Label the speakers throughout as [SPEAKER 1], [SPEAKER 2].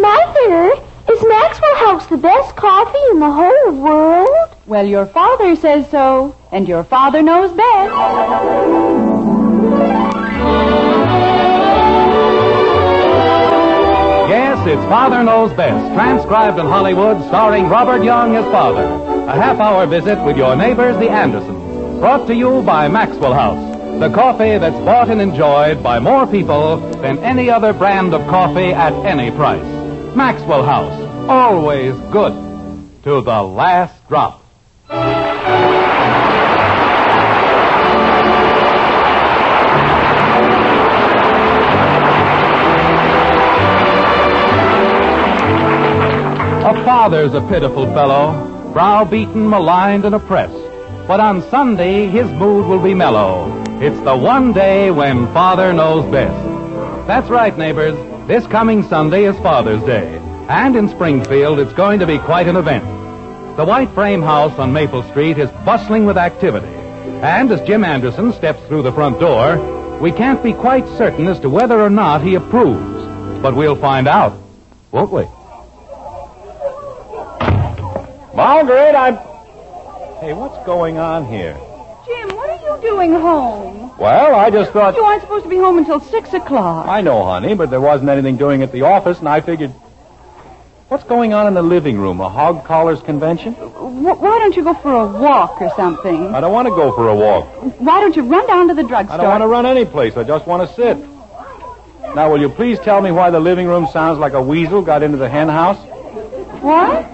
[SPEAKER 1] Mother, is Maxwell House the best coffee in the whole world?
[SPEAKER 2] Well, your father says so, and your father knows best.
[SPEAKER 3] Yes, it's Father Knows Best, transcribed in Hollywood, starring Robert Young as father. A half hour visit with your neighbors, the Andersons. Brought to you by Maxwell House, the coffee that's bought and enjoyed by more people than any other brand of coffee at any price. Maxwell House, always good to the last drop. A father's a pitiful fellow, browbeaten, maligned, and oppressed. But on Sunday, his mood will be mellow. It's the one day when father knows best. That's right, neighbors. This coming Sunday is Father's Day. And in Springfield, it's going to be quite an event. The white frame house on Maple Street is bustling with activity. And as Jim Anderson steps through the front door, we can't be quite certain as to whether or not he approves. But we'll find out, won't we? Margaret, I'm. Hey, what's going on here?
[SPEAKER 2] Jim, what are you doing home?
[SPEAKER 3] Well, I just thought.
[SPEAKER 2] You aren't supposed to be home until six o'clock.
[SPEAKER 3] I know, honey, but there wasn't anything doing at the office, and I figured. What's going on in the living room? A hog collars convention?
[SPEAKER 2] Wh- why don't you go for a walk or something?
[SPEAKER 3] I don't want to go for a walk.
[SPEAKER 2] Why don't you run down to the drugstore?
[SPEAKER 3] I don't want to run any place. I just want to sit. Now, will you please tell me why the living room sounds like a weasel got into the hen house?
[SPEAKER 2] What?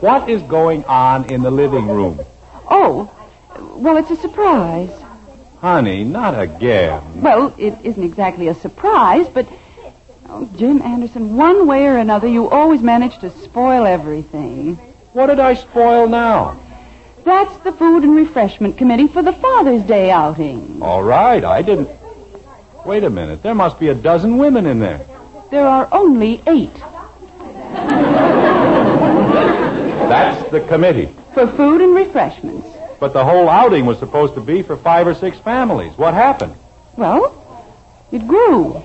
[SPEAKER 3] What is going on in the living room?
[SPEAKER 2] Oh, well, it's a surprise.
[SPEAKER 3] Honey, not again.
[SPEAKER 2] Well, it isn't exactly a surprise, but oh, Jim Anderson, one way or another, you always manage to spoil everything.
[SPEAKER 3] What did I spoil now?
[SPEAKER 2] That's the Food and Refreshment Committee for the Father's Day outing.
[SPEAKER 3] All right, I didn't. Wait a minute. There must be a dozen women in there.
[SPEAKER 2] There are only eight.
[SPEAKER 3] That's the committee.
[SPEAKER 2] For food and refreshments.
[SPEAKER 3] But the whole outing was supposed to be for five or six families. What happened?
[SPEAKER 2] Well, it grew.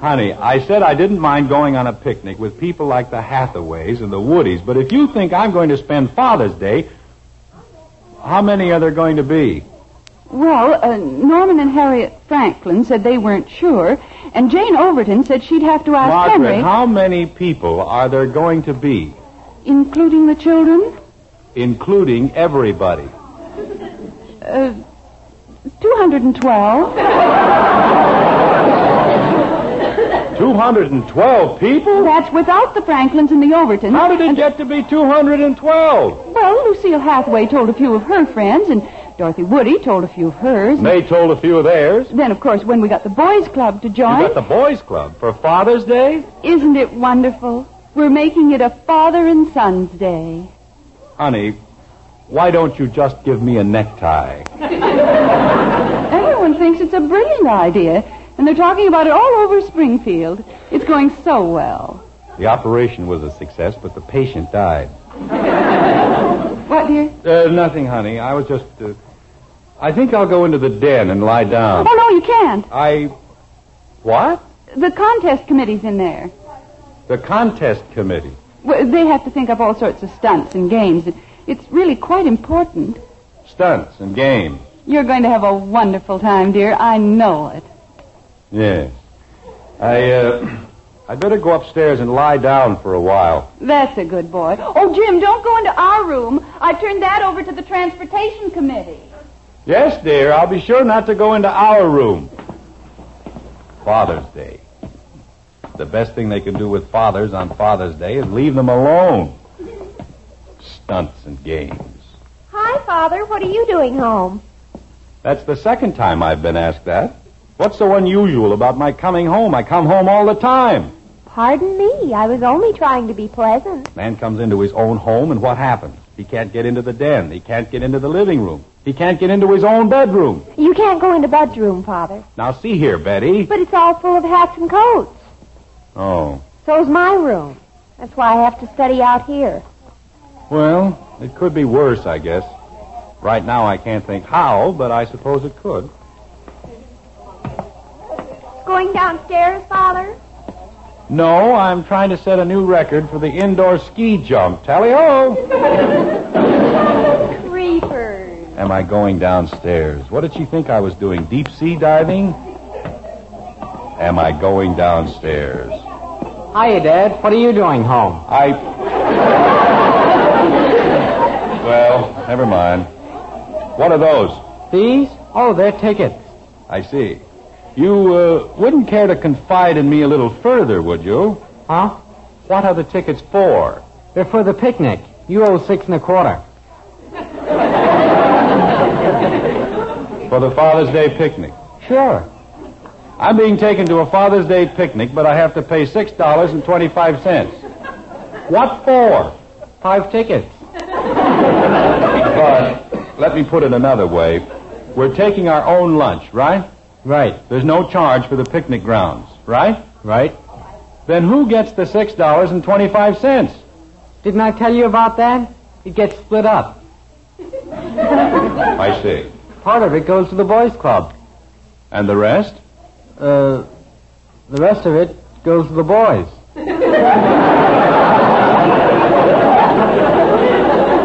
[SPEAKER 3] Honey, I said I didn't mind going on a picnic with people like the Hathaways and the Woodies, but if you think I'm going to spend Father's Day, how many are there going to be?
[SPEAKER 2] Well, uh, Norman and Harriet Franklin said they weren't sure, and Jane Overton said she'd have to ask
[SPEAKER 3] Margaret,
[SPEAKER 2] Henry,
[SPEAKER 3] how many people are there going to be,
[SPEAKER 2] including the children,
[SPEAKER 3] including everybody?
[SPEAKER 2] uh, 212.
[SPEAKER 3] 212 people?
[SPEAKER 2] That's without the Franklins and the Overtons.
[SPEAKER 3] How did it get to be 212?
[SPEAKER 2] Well, Lucille Hathaway told a few of her friends, and Dorothy Woody told a few of hers.
[SPEAKER 3] They told a few of theirs.
[SPEAKER 2] Then, of course, when we got the boys' club to
[SPEAKER 3] You
[SPEAKER 2] join,
[SPEAKER 3] got the boys' club for Father's Day?
[SPEAKER 2] isn't it wonderful? We're making it a father and son's day.
[SPEAKER 3] Honey, why don't you just give me a necktie?
[SPEAKER 2] Everyone thinks it's a brilliant idea, and they're talking about it all over Springfield. It's going so well.
[SPEAKER 3] The operation was a success, but the patient died.
[SPEAKER 2] What, dear?
[SPEAKER 3] Uh, nothing, honey. I was just. Uh, I think I'll go into the den and lie down.
[SPEAKER 2] Oh, no, you can't.
[SPEAKER 3] I. What?
[SPEAKER 2] The contest committee's in there.
[SPEAKER 3] The contest committee.
[SPEAKER 2] Well, They have to think up all sorts of stunts and games. It- It's really quite important.
[SPEAKER 3] Stunts and games.
[SPEAKER 2] You're going to have a wonderful time, dear. I know it.
[SPEAKER 3] Yes. I, uh. I'd better go upstairs and lie down for a while.
[SPEAKER 2] That's a good boy.
[SPEAKER 1] Oh, Jim, don't go into our room. I turned that over to the Transportation Committee.
[SPEAKER 3] Yes, dear. I'll be sure not to go into our room. Father's Day. The best thing they can do with fathers on Father's Day is leave them alone. Stunts and games.
[SPEAKER 1] Hi, Father. What are you doing home?
[SPEAKER 3] That's the second time I've been asked that. What's so unusual about my coming home? I come home all the time.
[SPEAKER 1] Pardon me. I was only trying to be pleasant.
[SPEAKER 3] Man comes into his own home, and what happens? He can't get into the den. He can't get into the living room. He can't get into his own bedroom.
[SPEAKER 1] You can't go into bedroom, Father.
[SPEAKER 3] Now, see here, Betty.
[SPEAKER 1] But it's all full of hats and coats.
[SPEAKER 3] Oh.
[SPEAKER 1] So's my room. That's why I have to study out here.
[SPEAKER 3] Well, it could be worse, I guess. Right now, I can't think how, but I suppose it could.
[SPEAKER 1] Going downstairs, Father?
[SPEAKER 3] No, I'm trying to set a new record for the indoor ski jump. Tally ho!
[SPEAKER 1] Creepers.
[SPEAKER 3] Am I going downstairs? What did she think I was doing? Deep sea diving? Am I going downstairs?
[SPEAKER 4] Hiya, Dad. What are you doing home?
[SPEAKER 3] I. well, never mind. What are those?
[SPEAKER 4] These? Oh, they're tickets.
[SPEAKER 3] I see. You uh, wouldn't care to confide in me a little further, would you?
[SPEAKER 4] Huh?
[SPEAKER 3] What are the tickets for?
[SPEAKER 4] They're for the picnic. You owe six and a quarter.
[SPEAKER 3] For the Father's Day picnic.
[SPEAKER 4] Sure.
[SPEAKER 3] I'm being taken to a Father's Day picnic, but I have to pay six dollars and twenty-five cents. What for?
[SPEAKER 4] Five tickets.
[SPEAKER 3] But let me put it another way. We're taking our own lunch, right?
[SPEAKER 4] Right.
[SPEAKER 3] There's no charge for the picnic grounds, right?
[SPEAKER 4] Right.
[SPEAKER 3] Then who gets the six dollars and twenty-five cents?
[SPEAKER 4] Didn't I tell you about that? It gets split up.
[SPEAKER 3] I see.
[SPEAKER 4] Part of it goes to the boys' club.
[SPEAKER 3] And the rest?
[SPEAKER 4] Uh, the rest of it goes to the boys.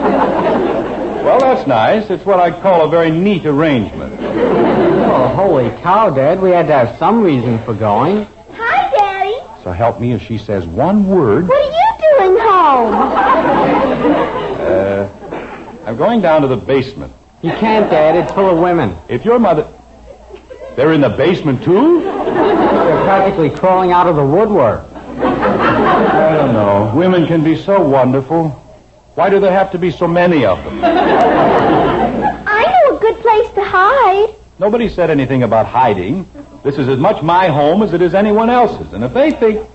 [SPEAKER 3] Well, that's nice. It's what I call a very neat arrangement.
[SPEAKER 4] Oh, holy cow, Dad. We had to have some reason for going.
[SPEAKER 1] Hi, Daddy.
[SPEAKER 3] So help me if she says one word.
[SPEAKER 1] What are you doing home?
[SPEAKER 3] I'm going down to the basement.
[SPEAKER 4] You can't, Dad. It's full of women.
[SPEAKER 3] If your mother. They're in the basement, too?
[SPEAKER 4] They're practically crawling out of the woodwork.
[SPEAKER 3] I don't know. Women can be so wonderful. Why do there have to be so many of them?
[SPEAKER 1] I know a good place to hide.
[SPEAKER 3] Nobody said anything about hiding. This is as much my home as it is anyone else's. And if they think.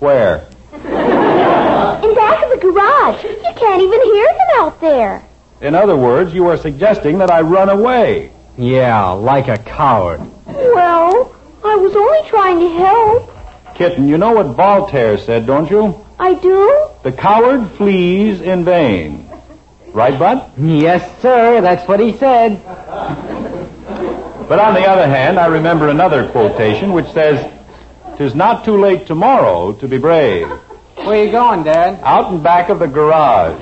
[SPEAKER 3] Where?
[SPEAKER 1] In back of the garage. You can't even hear them out there.
[SPEAKER 3] In other words, you are suggesting that I run away.
[SPEAKER 4] Yeah, like a coward.
[SPEAKER 1] Well, I was only trying to help.
[SPEAKER 3] Kitten, you know what Voltaire said, don't you?
[SPEAKER 1] I do?
[SPEAKER 3] The coward flees in vain. Right, Bud?
[SPEAKER 4] Yes, sir. That's what he said.
[SPEAKER 3] But on the other hand, I remember another quotation which says, "'Tis not too late tomorrow to be brave."
[SPEAKER 4] Where you going, Dad?
[SPEAKER 3] Out and back of the garage.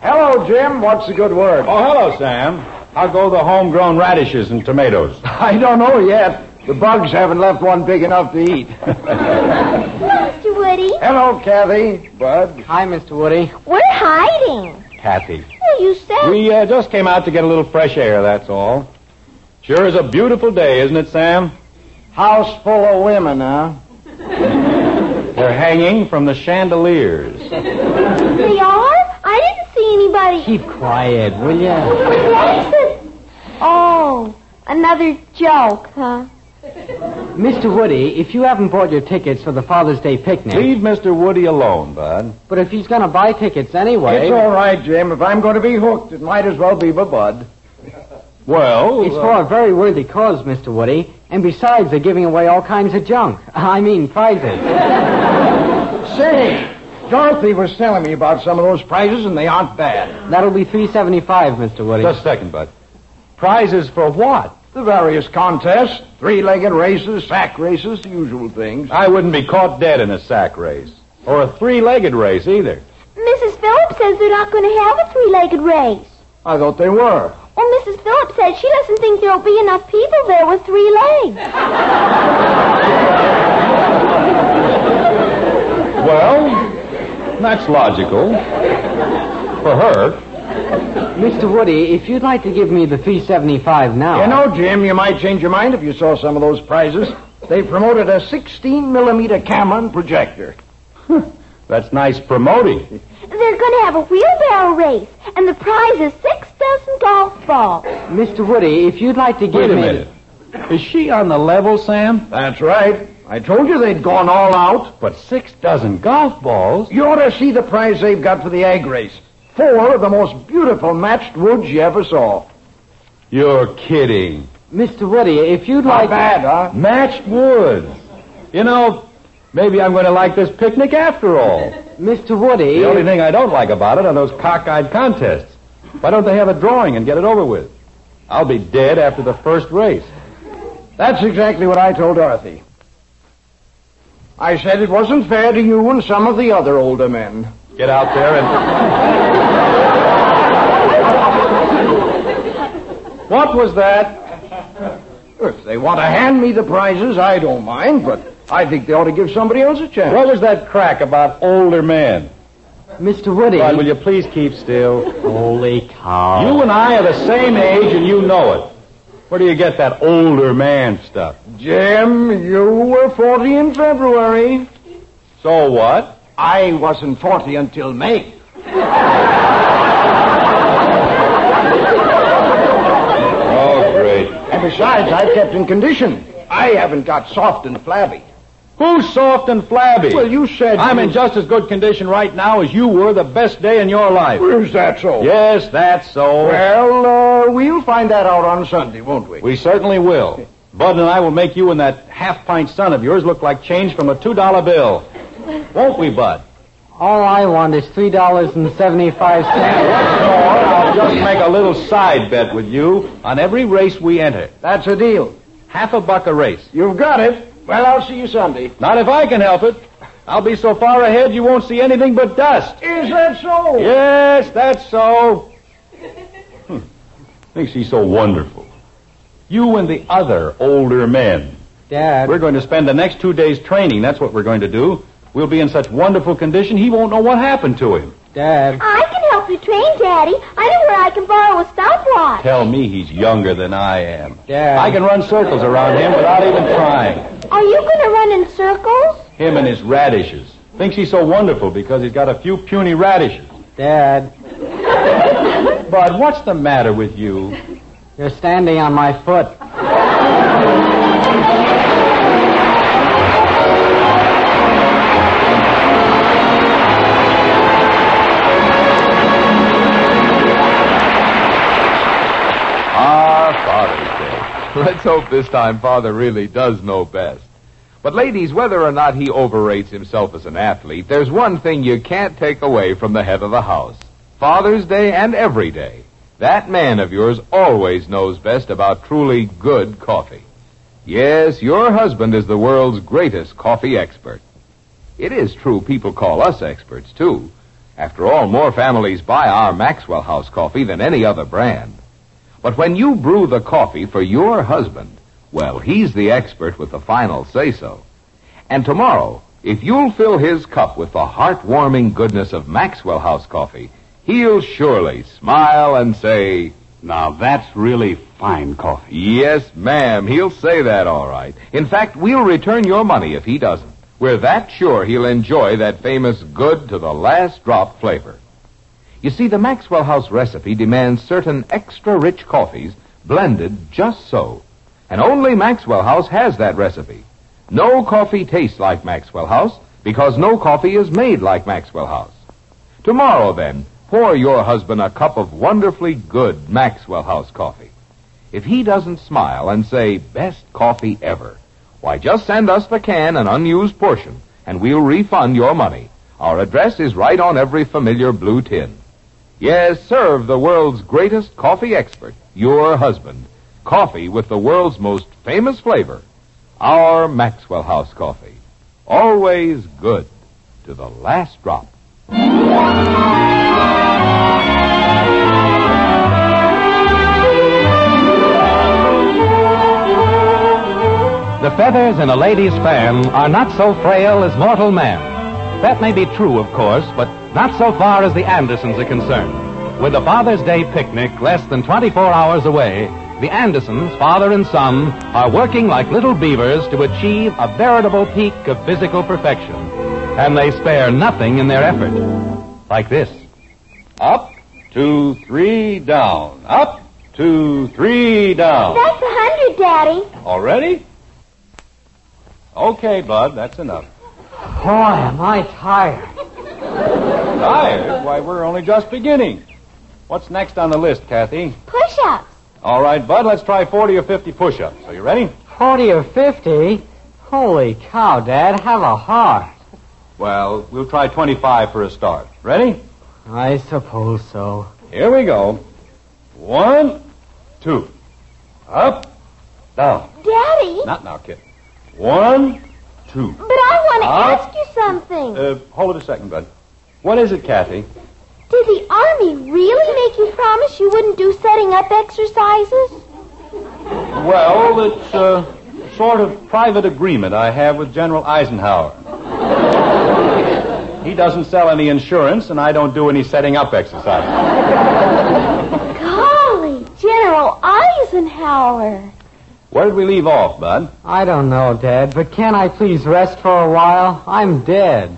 [SPEAKER 5] Hello, Jim. What's the good word?
[SPEAKER 3] Oh, hello, Sam. How go the homegrown radishes and tomatoes?
[SPEAKER 5] I don't know yet. The bugs haven't left one big enough to eat.
[SPEAKER 1] Mr. Woody,
[SPEAKER 5] Hello, Kathy. Bud.
[SPEAKER 4] Hi, Mr. Woody.
[SPEAKER 1] we're hiding.
[SPEAKER 3] Kathy.
[SPEAKER 1] Well, you said
[SPEAKER 3] We uh, just came out to get a little fresh air, that's all. Sure is a beautiful day, isn't it, Sam?
[SPEAKER 5] House full of women, huh?
[SPEAKER 3] They're hanging from the chandeliers.
[SPEAKER 1] they are? I didn't see anybody.
[SPEAKER 4] Keep quiet, will you?
[SPEAKER 1] oh, another joke, huh?
[SPEAKER 4] Mr. Woody, if you haven't bought your tickets for the Father's Day picnic,
[SPEAKER 3] Leave Mr. Woody alone, Bud.
[SPEAKER 4] but if he's going to buy tickets anyway,
[SPEAKER 5] It's all right, Jim. If I'm going to be hooked, it might as well be by Bud.
[SPEAKER 3] Well,
[SPEAKER 4] it's
[SPEAKER 3] uh,
[SPEAKER 4] for a very worthy cause, Mr. Woody. And besides, they're giving away all kinds of junk. I mean, prizes.
[SPEAKER 3] uh,
[SPEAKER 5] Say, Dorothy was telling me about some of those prizes, and they aren't bad.
[SPEAKER 4] That'll be three seventy-five, Mr. Woody.
[SPEAKER 3] Just a second, Bud. Prizes for what?
[SPEAKER 5] The various contests, three-legged races, sack races, the usual things.
[SPEAKER 3] I wouldn't be caught dead in a sack race. Or a three legged race either.
[SPEAKER 1] Mrs. Phillips says they're not going to have a three-legged race.
[SPEAKER 5] I thought they were.
[SPEAKER 1] Well, Mrs. Phillips says she doesn't think there'll be enough people there with three legs.
[SPEAKER 3] Well, that's logical. For her.
[SPEAKER 4] Mr. Woody, if you'd like to give me the three seventy-five now,
[SPEAKER 5] You know, Jim, you might change your mind if you saw some of those prizes. They promoted a 16-millimeter camera and projector.
[SPEAKER 3] That's nice promoting.
[SPEAKER 1] They're going to have a wheelbarrow race, and the prize is six dozen golf balls.
[SPEAKER 4] Mr. Woody, if you'd like to give
[SPEAKER 3] Wait a
[SPEAKER 4] me,
[SPEAKER 3] minute. Is she on the level, Sam?
[SPEAKER 5] That's right. I told you they'd gone all out.
[SPEAKER 3] But six dozen golf balls?
[SPEAKER 5] You ought to see the prize they've got for the egg race. Four of the most beautiful matched woods you ever saw.
[SPEAKER 3] You're kidding.
[SPEAKER 4] Mr. Woody, if you'd
[SPEAKER 5] Not
[SPEAKER 4] like,
[SPEAKER 5] bad, huh?
[SPEAKER 3] Matched woods. You know, Maybe I'm going to like this picnic after all.
[SPEAKER 4] Mr. Woody.
[SPEAKER 3] The only thing I don't like about it are those cockeyed contests. Why don't they have a drawing and get it over with? I'll be dead after the first race.
[SPEAKER 5] That's exactly what I told Dorothy. I said it wasn't fair to you and some of the other older men.
[SPEAKER 3] Get out there and. what was that?
[SPEAKER 5] If they want to hand me the prizes, I don't mind, but I think they ought to give somebody else a chance.
[SPEAKER 3] What was that crack about older men?
[SPEAKER 4] Mr. Woody.
[SPEAKER 3] Bud, will you please keep still?
[SPEAKER 4] Holy cow.
[SPEAKER 3] You and I are the same age, and you know it. Where do you get that older man stuff?
[SPEAKER 5] Jim, you were 40 in February.
[SPEAKER 3] So what?
[SPEAKER 5] I wasn't 40 until May.
[SPEAKER 3] Oh, great.
[SPEAKER 5] And besides, I've kept in condition. I haven't got soft and flabby.
[SPEAKER 3] Who's soft and flabby?
[SPEAKER 5] Well, you said
[SPEAKER 3] I'm
[SPEAKER 5] you-
[SPEAKER 3] in just as good condition right now as you were the best day in your life.
[SPEAKER 5] Is that so?
[SPEAKER 3] Yes, that's so.
[SPEAKER 5] Well, uh, we'll find that out on Sunday, won't we?
[SPEAKER 3] We certainly will. Bud and I will make you and that half pint son of yours look like change from a $2 bill. Won't we, Bud?
[SPEAKER 4] All I want is three dollars and seventy-five cents.
[SPEAKER 3] Or I'll just make a little side bet with you on every race we enter.
[SPEAKER 5] That's a deal.
[SPEAKER 3] Half a buck a race.
[SPEAKER 5] You've got it. Well, I'll see you Sunday.
[SPEAKER 3] Not if I can help it. I'll be so far ahead you won't see anything but dust.
[SPEAKER 5] Is that so?
[SPEAKER 3] Yes, that's so. Hmm. Thinks he's so wonderful. You and the other older men.
[SPEAKER 4] Dad.
[SPEAKER 3] We're going to spend the next two days training. That's what we're going to do. We'll be in such wonderful condition, he won't know what happened to him.
[SPEAKER 4] Dad.
[SPEAKER 1] I can help you train, Daddy. I know where I can borrow a stopwatch.
[SPEAKER 3] Tell me he's younger than I am.
[SPEAKER 4] Dad.
[SPEAKER 3] I can run circles around him without even trying.
[SPEAKER 1] Are you going to run in circles?
[SPEAKER 3] Him and his radishes. Thinks he's so wonderful because he's got a few puny radishes.
[SPEAKER 4] Dad.
[SPEAKER 3] Bud, what's the matter with you?
[SPEAKER 4] You're standing on my foot.
[SPEAKER 6] Ah, Father's Day. Let's hope this time Father really does know best. But, ladies, whether or not he overrates himself as an athlete, there's one thing you can't take away from the head of the house Father's Day and every day. That man of yours always knows best about truly good coffee. Yes, your husband is the world's greatest coffee expert. It is true people call us experts, too. After all, more families buy our Maxwell House coffee than any other brand. But when you brew the coffee for your husband, well, he's the expert with the final say so. And tomorrow, if you'll fill his cup with the heartwarming goodness of Maxwell House coffee, he'll surely smile and say,
[SPEAKER 7] Now that's really fine coffee.
[SPEAKER 6] Yes, ma'am, he'll say that all right. In fact, we'll return your money if he doesn't. We're that sure he'll enjoy that famous good to the last drop flavor. You see, the Maxwell House recipe demands certain extra rich coffees blended just so. And only Maxwell House has that recipe. No coffee tastes like Maxwell House because no coffee is made like Maxwell House. Tomorrow, then, pour your husband a cup of wonderfully good Maxwell House coffee. If he doesn't smile and say, best coffee ever, why just send us the can and unused portion, and we'll refund your money. Our address is right on every familiar blue tin. Yes, serve the world's greatest coffee expert, your husband. Coffee with the world's most famous flavor, our Maxwell House coffee. Always good to the last drop.
[SPEAKER 3] The feathers in a lady's fan are not so frail as mortal man. That may be true, of course, but not so far as the Andersons are concerned. With the Father's Day picnic less than 24 hours away, the Andersons, father and son, are working like little beavers to achieve a veritable peak of physical perfection. And they spare nothing in their effort. Like this. Up, two, three, down. Up, two, three, down.
[SPEAKER 1] That's a hundred, Daddy.
[SPEAKER 3] Already? Okay, Bud, that's enough.
[SPEAKER 4] Boy, am I tired.
[SPEAKER 3] Tired? Why, we're only just beginning. What's next on the list, Kathy?
[SPEAKER 1] Push-ups.
[SPEAKER 3] All right, Bud, let's try 40 or 50 push ups. Are you ready?
[SPEAKER 4] Forty or fifty? Holy cow, Dad, have a heart.
[SPEAKER 3] Well, we'll try 25 for a start. Ready?
[SPEAKER 4] I suppose so.
[SPEAKER 3] Here we go. One, two. Up, down.
[SPEAKER 1] Daddy,
[SPEAKER 3] Not now, kid. One, two.
[SPEAKER 1] but I want to
[SPEAKER 3] Huh?
[SPEAKER 1] ask you something.
[SPEAKER 3] Uh, hold it a second, bud. What is it, Kathy?
[SPEAKER 1] Did the Army really make you promise you wouldn't do setting up exercises?
[SPEAKER 3] Well, it's a sort of private agreement I have with General Eisenhower. he doesn't sell any insurance, and I don't do any setting up exercises.
[SPEAKER 1] Golly, General Eisenhower.
[SPEAKER 3] Where did we leave off, Bud?
[SPEAKER 4] I don't know, Dad, but can I please rest for a while? I'm dead.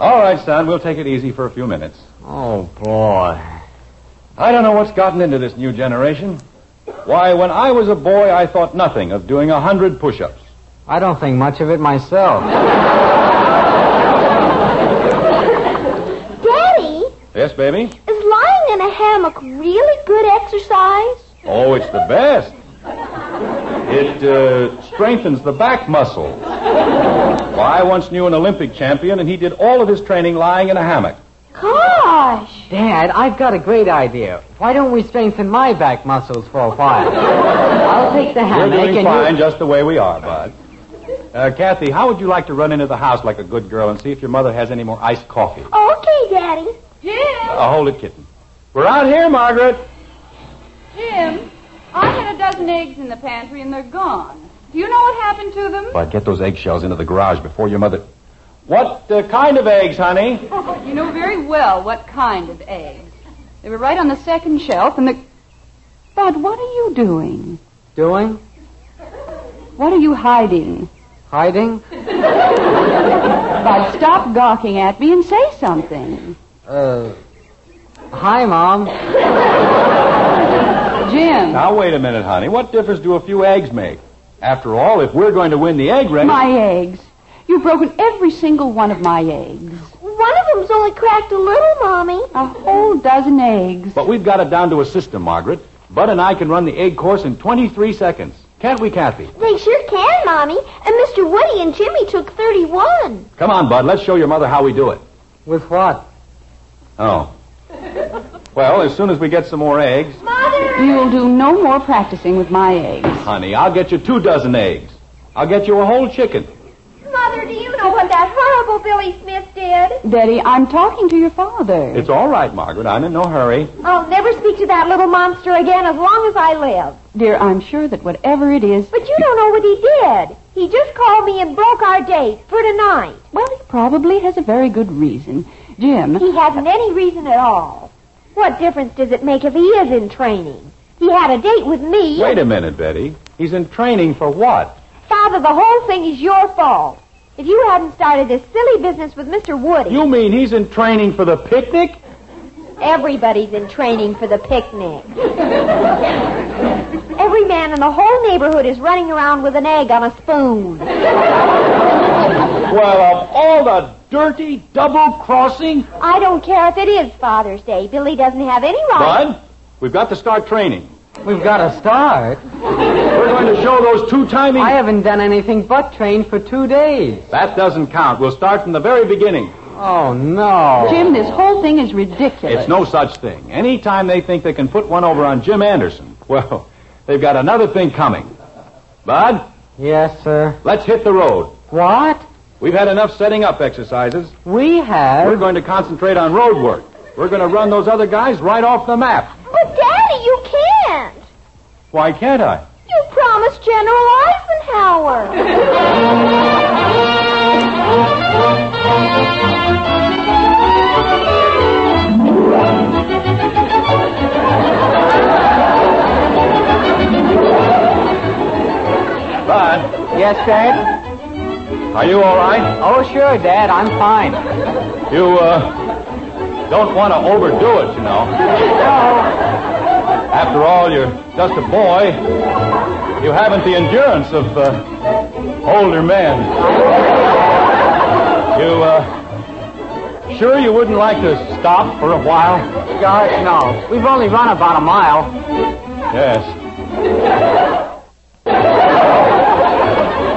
[SPEAKER 3] All right, son, we'll take it easy for a few minutes.
[SPEAKER 4] Oh, boy.
[SPEAKER 3] I don't know what's gotten into this new generation. Why, when I was a boy, I thought nothing of doing a hundred push-ups.
[SPEAKER 4] I don't think much of it myself.
[SPEAKER 1] Daddy,
[SPEAKER 3] Yes, baby?
[SPEAKER 1] is lying in a hammock really good exercise?
[SPEAKER 3] Oh, it's the best. It uh, strengthens the back muscle. Well, I once knew an Olympic champion, and he did all of his training lying in a hammock.
[SPEAKER 1] Gosh.
[SPEAKER 4] Dad, I've got a great idea. Why don't we strengthen my back muscles for a while? I'll take the
[SPEAKER 3] We're
[SPEAKER 4] hammock
[SPEAKER 3] doing
[SPEAKER 4] and
[SPEAKER 3] fine
[SPEAKER 4] you...
[SPEAKER 3] just the way we are, Bud. Uh, Kathy, how would you like to run into the house like a good girl and see if your mother has any more iced coffee?
[SPEAKER 1] Okay, Daddy.
[SPEAKER 2] Jim!
[SPEAKER 3] Uh, hold it, kitten. We're out here, Margaret.
[SPEAKER 2] Jim! I had a dozen eggs in the pantry and they're gone. Do you know what happened to them?
[SPEAKER 3] Bud, get those eggshells into the garage before your mother. What uh, kind of eggs, honey?
[SPEAKER 2] You know very well what kind of eggs. They were right on the second shelf and the. Bud, what are you doing?
[SPEAKER 4] Doing?
[SPEAKER 2] What are you hiding?
[SPEAKER 4] Hiding?
[SPEAKER 2] Bud, stop gawking at me and say something.
[SPEAKER 4] Uh... Hi, Mom.
[SPEAKER 2] Jim,
[SPEAKER 3] Now, wait a minute, honey. What difference do a few eggs make? After all, if we're going to win the egg race.
[SPEAKER 2] my eggs. You've broken every single one of my eggs.
[SPEAKER 1] One of them's only cracked a little, Mommy.
[SPEAKER 2] A whole dozen eggs.
[SPEAKER 3] But we've got it down to a system, Margaret. Bud and I can run the egg course in 23 seconds. Can't we, Kathy?
[SPEAKER 1] They sure can, Mommy. And Mr. Woody and Jimmy took 31.
[SPEAKER 3] Come on, Bud. Let's show your mother how we do it.
[SPEAKER 4] With what?
[SPEAKER 3] Oh. Well, as soon as we get some more eggs,
[SPEAKER 2] You'll do no more practicing with my eggs.
[SPEAKER 3] honey, I'll get you two dozen eggs. I'll get you a whole chicken.
[SPEAKER 1] Mother, do you know what that horrible Billy Smith did?
[SPEAKER 2] Daddy, I'm talking to your father.
[SPEAKER 3] It's all right, Margaret. I'm in no hurry.
[SPEAKER 1] I'll never speak to that little monster again as long as I live.
[SPEAKER 2] Dear, I'm sure that whatever it is,
[SPEAKER 1] But you don't know what he did. He just called me and broke our date for tonight.
[SPEAKER 2] well, he probably has a very good reason. Jim,
[SPEAKER 1] He hasn't any reason at all. What difference does it make if he is in training? He had a date with me.
[SPEAKER 3] Wait a minute, Betty. He's in training for what?
[SPEAKER 1] Father, the whole thing is your fault. If you hadn't started this silly business with Mr. Woody,
[SPEAKER 3] You mean he's in training for the picnic?
[SPEAKER 1] everybody's in training for the picnic. Every man in the whole neighborhood is running around with an egg on a spoon.
[SPEAKER 3] Well, of all the dirty double crossing.
[SPEAKER 1] I don't care if it is Father's Day. Billy doesn't have any right.
[SPEAKER 3] Bud, we've got to start training.
[SPEAKER 4] We've got to start.
[SPEAKER 3] We're going to show those two timing.
[SPEAKER 4] I haven't done anything but train for two days.
[SPEAKER 3] That doesn't count. We'll start from the very beginning.
[SPEAKER 4] Oh, no.
[SPEAKER 2] Jim, this whole thing is ridiculous.
[SPEAKER 3] It's no such thing. Anytime they think they can put one over on Jim Anderson, well, they've got another thing coming. Bud,
[SPEAKER 4] Yes, sir.
[SPEAKER 3] let's hit the road.
[SPEAKER 4] What?
[SPEAKER 3] We've had enough setting up exercises.
[SPEAKER 4] We
[SPEAKER 3] We're
[SPEAKER 4] have.
[SPEAKER 3] going to concentrate on road work. We're going to run those other guys right off the map.
[SPEAKER 1] But, Daddy, you can't.
[SPEAKER 3] Why can't I?
[SPEAKER 1] You promised General Eisenhower.
[SPEAKER 3] Bud,
[SPEAKER 4] Yes, Dad?
[SPEAKER 3] are you all right?
[SPEAKER 4] Oh, sure, Dad. I'm fine.
[SPEAKER 3] You, uh, don't want to overdo it, you know. After all, you're just a boy. You haven't the endurance of uh, older men. You, uh, sure you wouldn't like to stop for a while?
[SPEAKER 4] Gosh, no. We've only run about a mile.
[SPEAKER 3] Yes.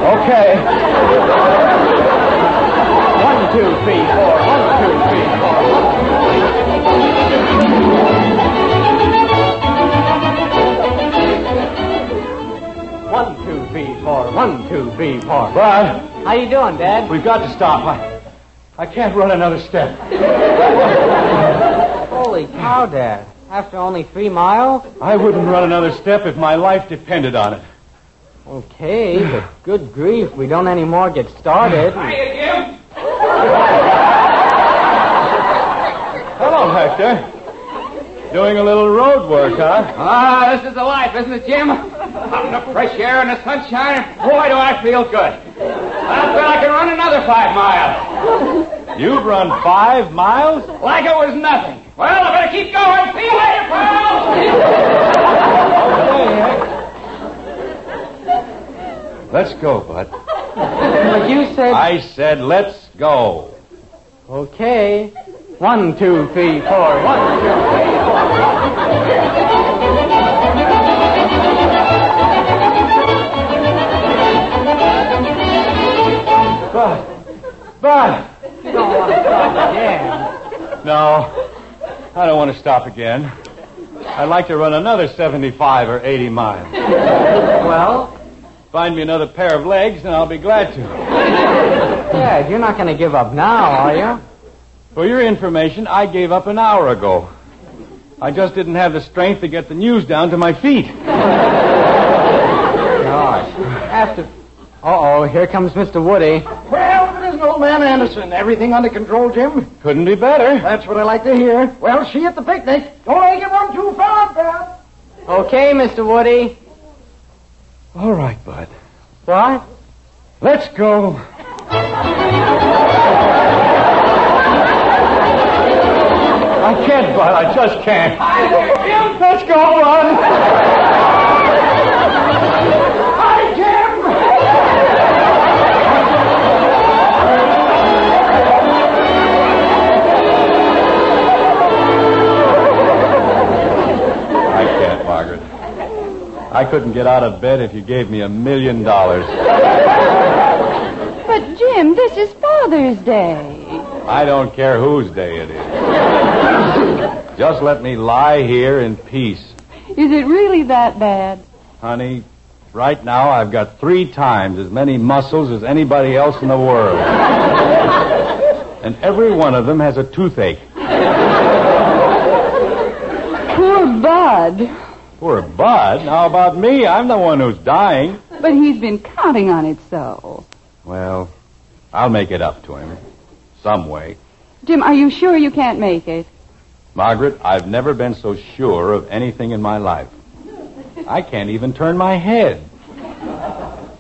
[SPEAKER 5] Okay. One, two, three, four. One, two, three, four. One, two, three, four. One, two, three, four.
[SPEAKER 3] Rod,
[SPEAKER 4] How you doing, Dad?
[SPEAKER 3] we've got to stop. I, I can't run another step.
[SPEAKER 4] Holy cow, Dad. After only three miles?
[SPEAKER 3] I wouldn't run another step if my life depended on it.
[SPEAKER 4] Okay, but good grief, we don't any more get started.
[SPEAKER 3] Hello, Hector. Doing a little road work, huh?
[SPEAKER 8] Ah, this is the life, isn't it, Jim? Out in the fresh air and the sunshine, and boy, do I feel good. I feel I can run another five miles.
[SPEAKER 3] You've run five miles?
[SPEAKER 8] Like it was nothing. Well, I better keep going. See you later, pal.
[SPEAKER 3] Let's go, bud.
[SPEAKER 4] But you said.
[SPEAKER 3] I said, let's go.
[SPEAKER 4] Okay. One, two, three, four. One, two,
[SPEAKER 3] Bud!
[SPEAKER 4] yeah.
[SPEAKER 3] No, I don't want to stop again. I'd like to run another 75 or 80 miles.
[SPEAKER 4] Well,
[SPEAKER 3] Find me another pair of legs, and I'll be glad to.
[SPEAKER 4] Dad, you're not going to give up now, are you?
[SPEAKER 3] For your information, I gave up an hour ago. I just didn't have the strength to get the news down to my feet.
[SPEAKER 4] Gosh. After. Uh oh, here comes Mr. Woody.
[SPEAKER 5] Well, it isn't old man Anderson. Everything under control, Jim?
[SPEAKER 3] Couldn't be better.
[SPEAKER 5] That's what I like to hear. Well, see you at the picnic. Don't make it one too far, pal.
[SPEAKER 4] Okay, Mr. Woody.
[SPEAKER 3] All right, bud.
[SPEAKER 4] What?
[SPEAKER 3] Let's go. I can't, bud. I just can't. Let's go, bud. I can't, Margaret. I couldn't get out of bed if you gave me a million dollars.
[SPEAKER 2] But, Jim, this is Father's Day.
[SPEAKER 3] I don't care whose day it is. Just let me lie here in peace.
[SPEAKER 2] Is it really that bad?
[SPEAKER 3] Honey, right now I've got three times as many muscles as anybody else in the world. and every one of them has a toothache.
[SPEAKER 2] Poor Bud.
[SPEAKER 3] Poor Bud. How about me? I'm the one who's dying.
[SPEAKER 2] But he's been counting on it so.
[SPEAKER 3] Well, I'll make it up to him. Some way.
[SPEAKER 2] Jim, are you sure you can't make it?
[SPEAKER 3] Margaret, I've never been so sure of anything in my life. I can't even turn my head.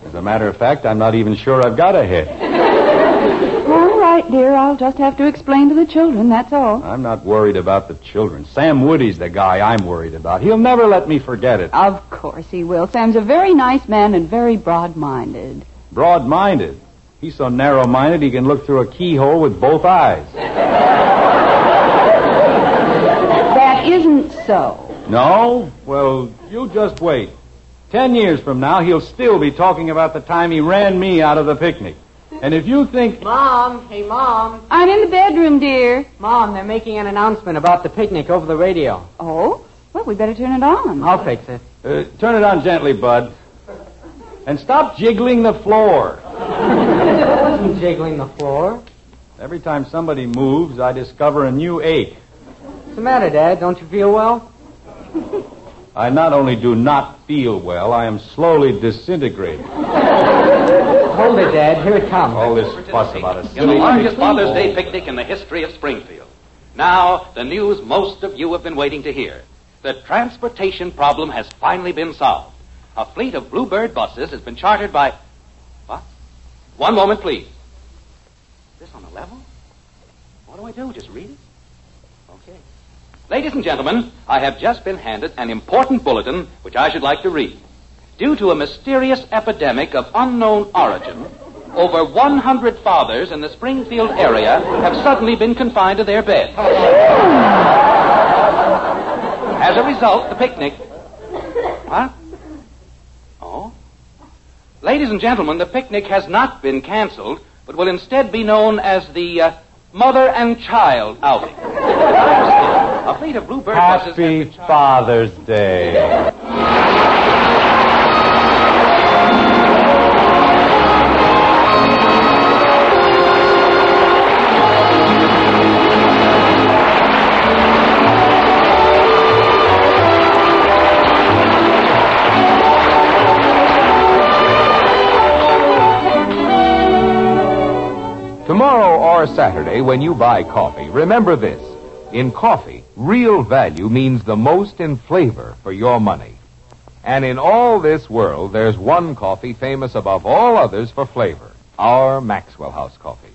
[SPEAKER 3] As a matter of fact, I'm not even sure I've got a head.
[SPEAKER 2] All right, dear. I'll just have to explain to the children, that's all.
[SPEAKER 3] I'm not worried about the children. Sam Woody's the guy I'm worried about. He'll never let me forget it.
[SPEAKER 2] Of course he will. Sam's a very nice man and very broad minded.
[SPEAKER 3] Broad minded. He's so narrow minded he can look through a keyhole with both eyes.
[SPEAKER 2] That isn't so.
[SPEAKER 3] No? Well, you just wait. Ten years from now, he'll still be talking about the time he ran me out of the picnic. And if you think
[SPEAKER 4] Mom, hey, Mom.
[SPEAKER 2] I'm in the bedroom, dear.
[SPEAKER 4] Mom, they're making an announcement about the picnic over the radio.
[SPEAKER 2] Oh? Well, we better turn it on.
[SPEAKER 4] I'll fix it.
[SPEAKER 3] Uh, turn it on gently, Bud. And stop jiggling the floor.
[SPEAKER 4] I wasn't jiggling the floor.
[SPEAKER 3] Every time somebody moves, I discover a new ache.
[SPEAKER 4] What's the matter, Dad? Don't you feel well?
[SPEAKER 3] I not only do not feel well, I am slowly disintegrating.
[SPEAKER 4] Hold it, Dad. Here it comes.
[SPEAKER 3] All this fuss about a
[SPEAKER 8] In the
[SPEAKER 3] silly...
[SPEAKER 8] largest Father's Day picnic in the history of Springfield. Now, the news most of you have been waiting to hear. The transportation problem has finally been solved. A fleet of Bluebird buses has been chartered by. What? One moment, please. This on the level? What do I do? Just read it? Okay. Ladies and gentlemen, I have just been handed an important bulletin which I should like to read. Due to a mysterious epidemic of unknown origin, over 100 fathers in the Springfield area have suddenly been confined to their beds. As a result, the picnic. What? Oh?
[SPEAKER 9] Ladies and gentlemen, the picnic has not been canceled, but will instead be known as the uh, Mother and Child outing. a fleet of bluebird buses. has
[SPEAKER 10] Happy
[SPEAKER 9] been chartered-
[SPEAKER 10] Father's Day.
[SPEAKER 3] Tomorrow or Saturday, when you buy coffee, remember this. In coffee, real value means the most in flavor for your money. And in all this world, there's one coffee famous above all others for flavor our Maxwell House coffee.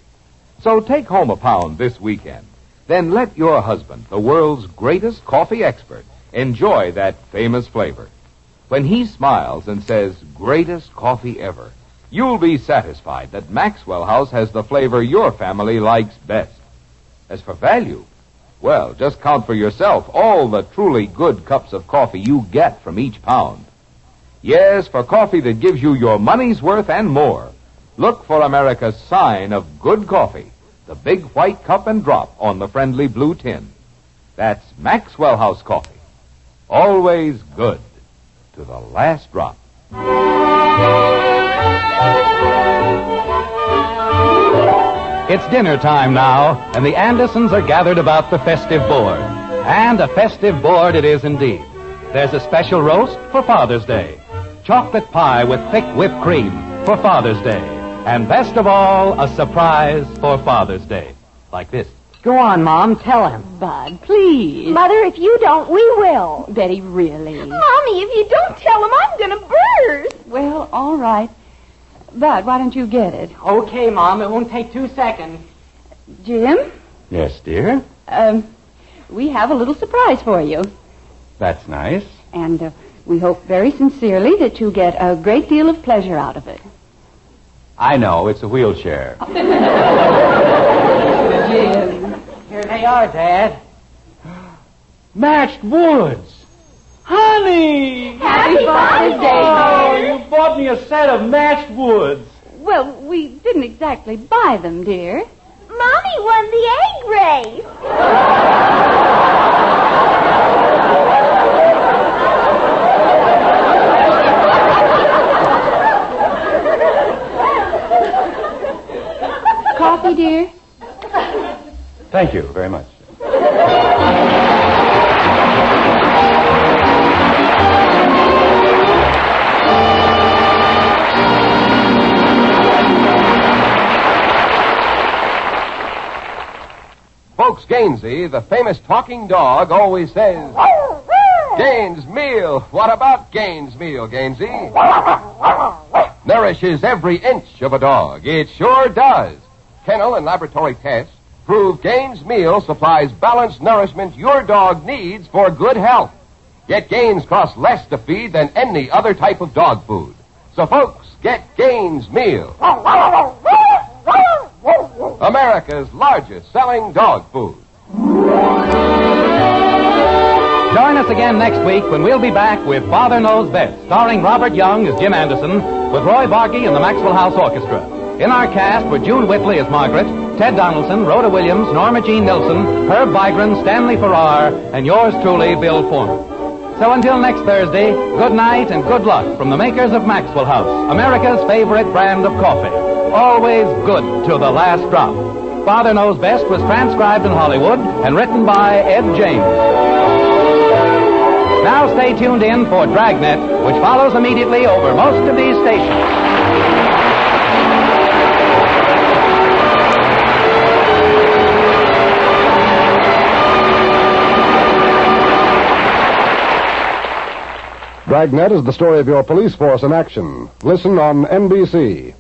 [SPEAKER 3] So take home a pound this weekend. Then let your husband, the world's greatest coffee expert, enjoy that famous flavor. When he smiles and says, greatest coffee ever, you'll be satisfied that Maxwell House has the flavor your family likes best. As for value, well, just count for yourself all the truly good cups of coffee you get from each pound. Yes, for coffee that gives you your money's worth and more, look for America's sign of good coffee, the big white cup and drop on the friendly blue tin. That's Maxwell House coffee. Always good to the last drop.
[SPEAKER 8] It's dinner time now, and the Andersons are gathered about the festive board. And a festive board it is indeed. There's a special roast for Father's Day, chocolate pie with thick whipped cream for Father's Day, and best of all, a surprise for Father's Day. Like this.
[SPEAKER 4] Go on, Mom. Tell him.
[SPEAKER 2] Bud, please.
[SPEAKER 1] Mother, if you don't, we will.
[SPEAKER 2] Betty, really.
[SPEAKER 1] Mommy, if you don't tell him, I'm going to burst.
[SPEAKER 2] Well, all right. Bud, why don't you get it?
[SPEAKER 4] Okay, Mom. It won't take two seconds.
[SPEAKER 2] Jim,
[SPEAKER 10] Yes, dear.
[SPEAKER 2] um, we have a little surprise for you.
[SPEAKER 10] That's nice.
[SPEAKER 2] And uh, we hope very sincerely that you get a great deal of pleasure out of it.
[SPEAKER 10] I know, it's a wheelchair.
[SPEAKER 4] Here they are, Dad.
[SPEAKER 5] Matched woods. Honey!
[SPEAKER 2] Happy Father's
[SPEAKER 5] Oh, you bought me a set of matched woods.
[SPEAKER 2] Well, we didn't exactly buy them, dear.
[SPEAKER 1] Mommy won the egg race.
[SPEAKER 2] Coffee, dear?
[SPEAKER 10] Thank you very much.
[SPEAKER 3] Folks, Gainsey, the famous talking dog, always says, Gaines' meal. What about Gaines' meal, Gainsey? Nourishes every inch of a dog. It sure does. Kennel and laboratory tests prove Gaines' meal supplies balanced nourishment your dog needs for good health. Yet Gaines costs less to feed than any other type of dog food. So, folks, get Gaines' meal. America's largest selling dog food.
[SPEAKER 8] Join us again next week when we'll be back with Father Knows Best, starring Robert Young as Jim Anderson, with Roy Barkey and the Maxwell House Orchestra. In our cast were June Whitley as Margaret, Ted Donaldson, Rhoda Williams, Norma Jean Nilsson, Herb Vigran, Stanley Farrar, and yours truly, Bill Foreman. So until next Thursday, good night and good luck from the makers of Maxwell House, America's favorite brand of coffee. Always good to the last drop. Father Knows Best was transcribed in Hollywood and written by Ed James. Now stay tuned in for Dragnet, which follows immediately over most of these stations.
[SPEAKER 5] Dragnet is the story of your police force in action. Listen on NBC.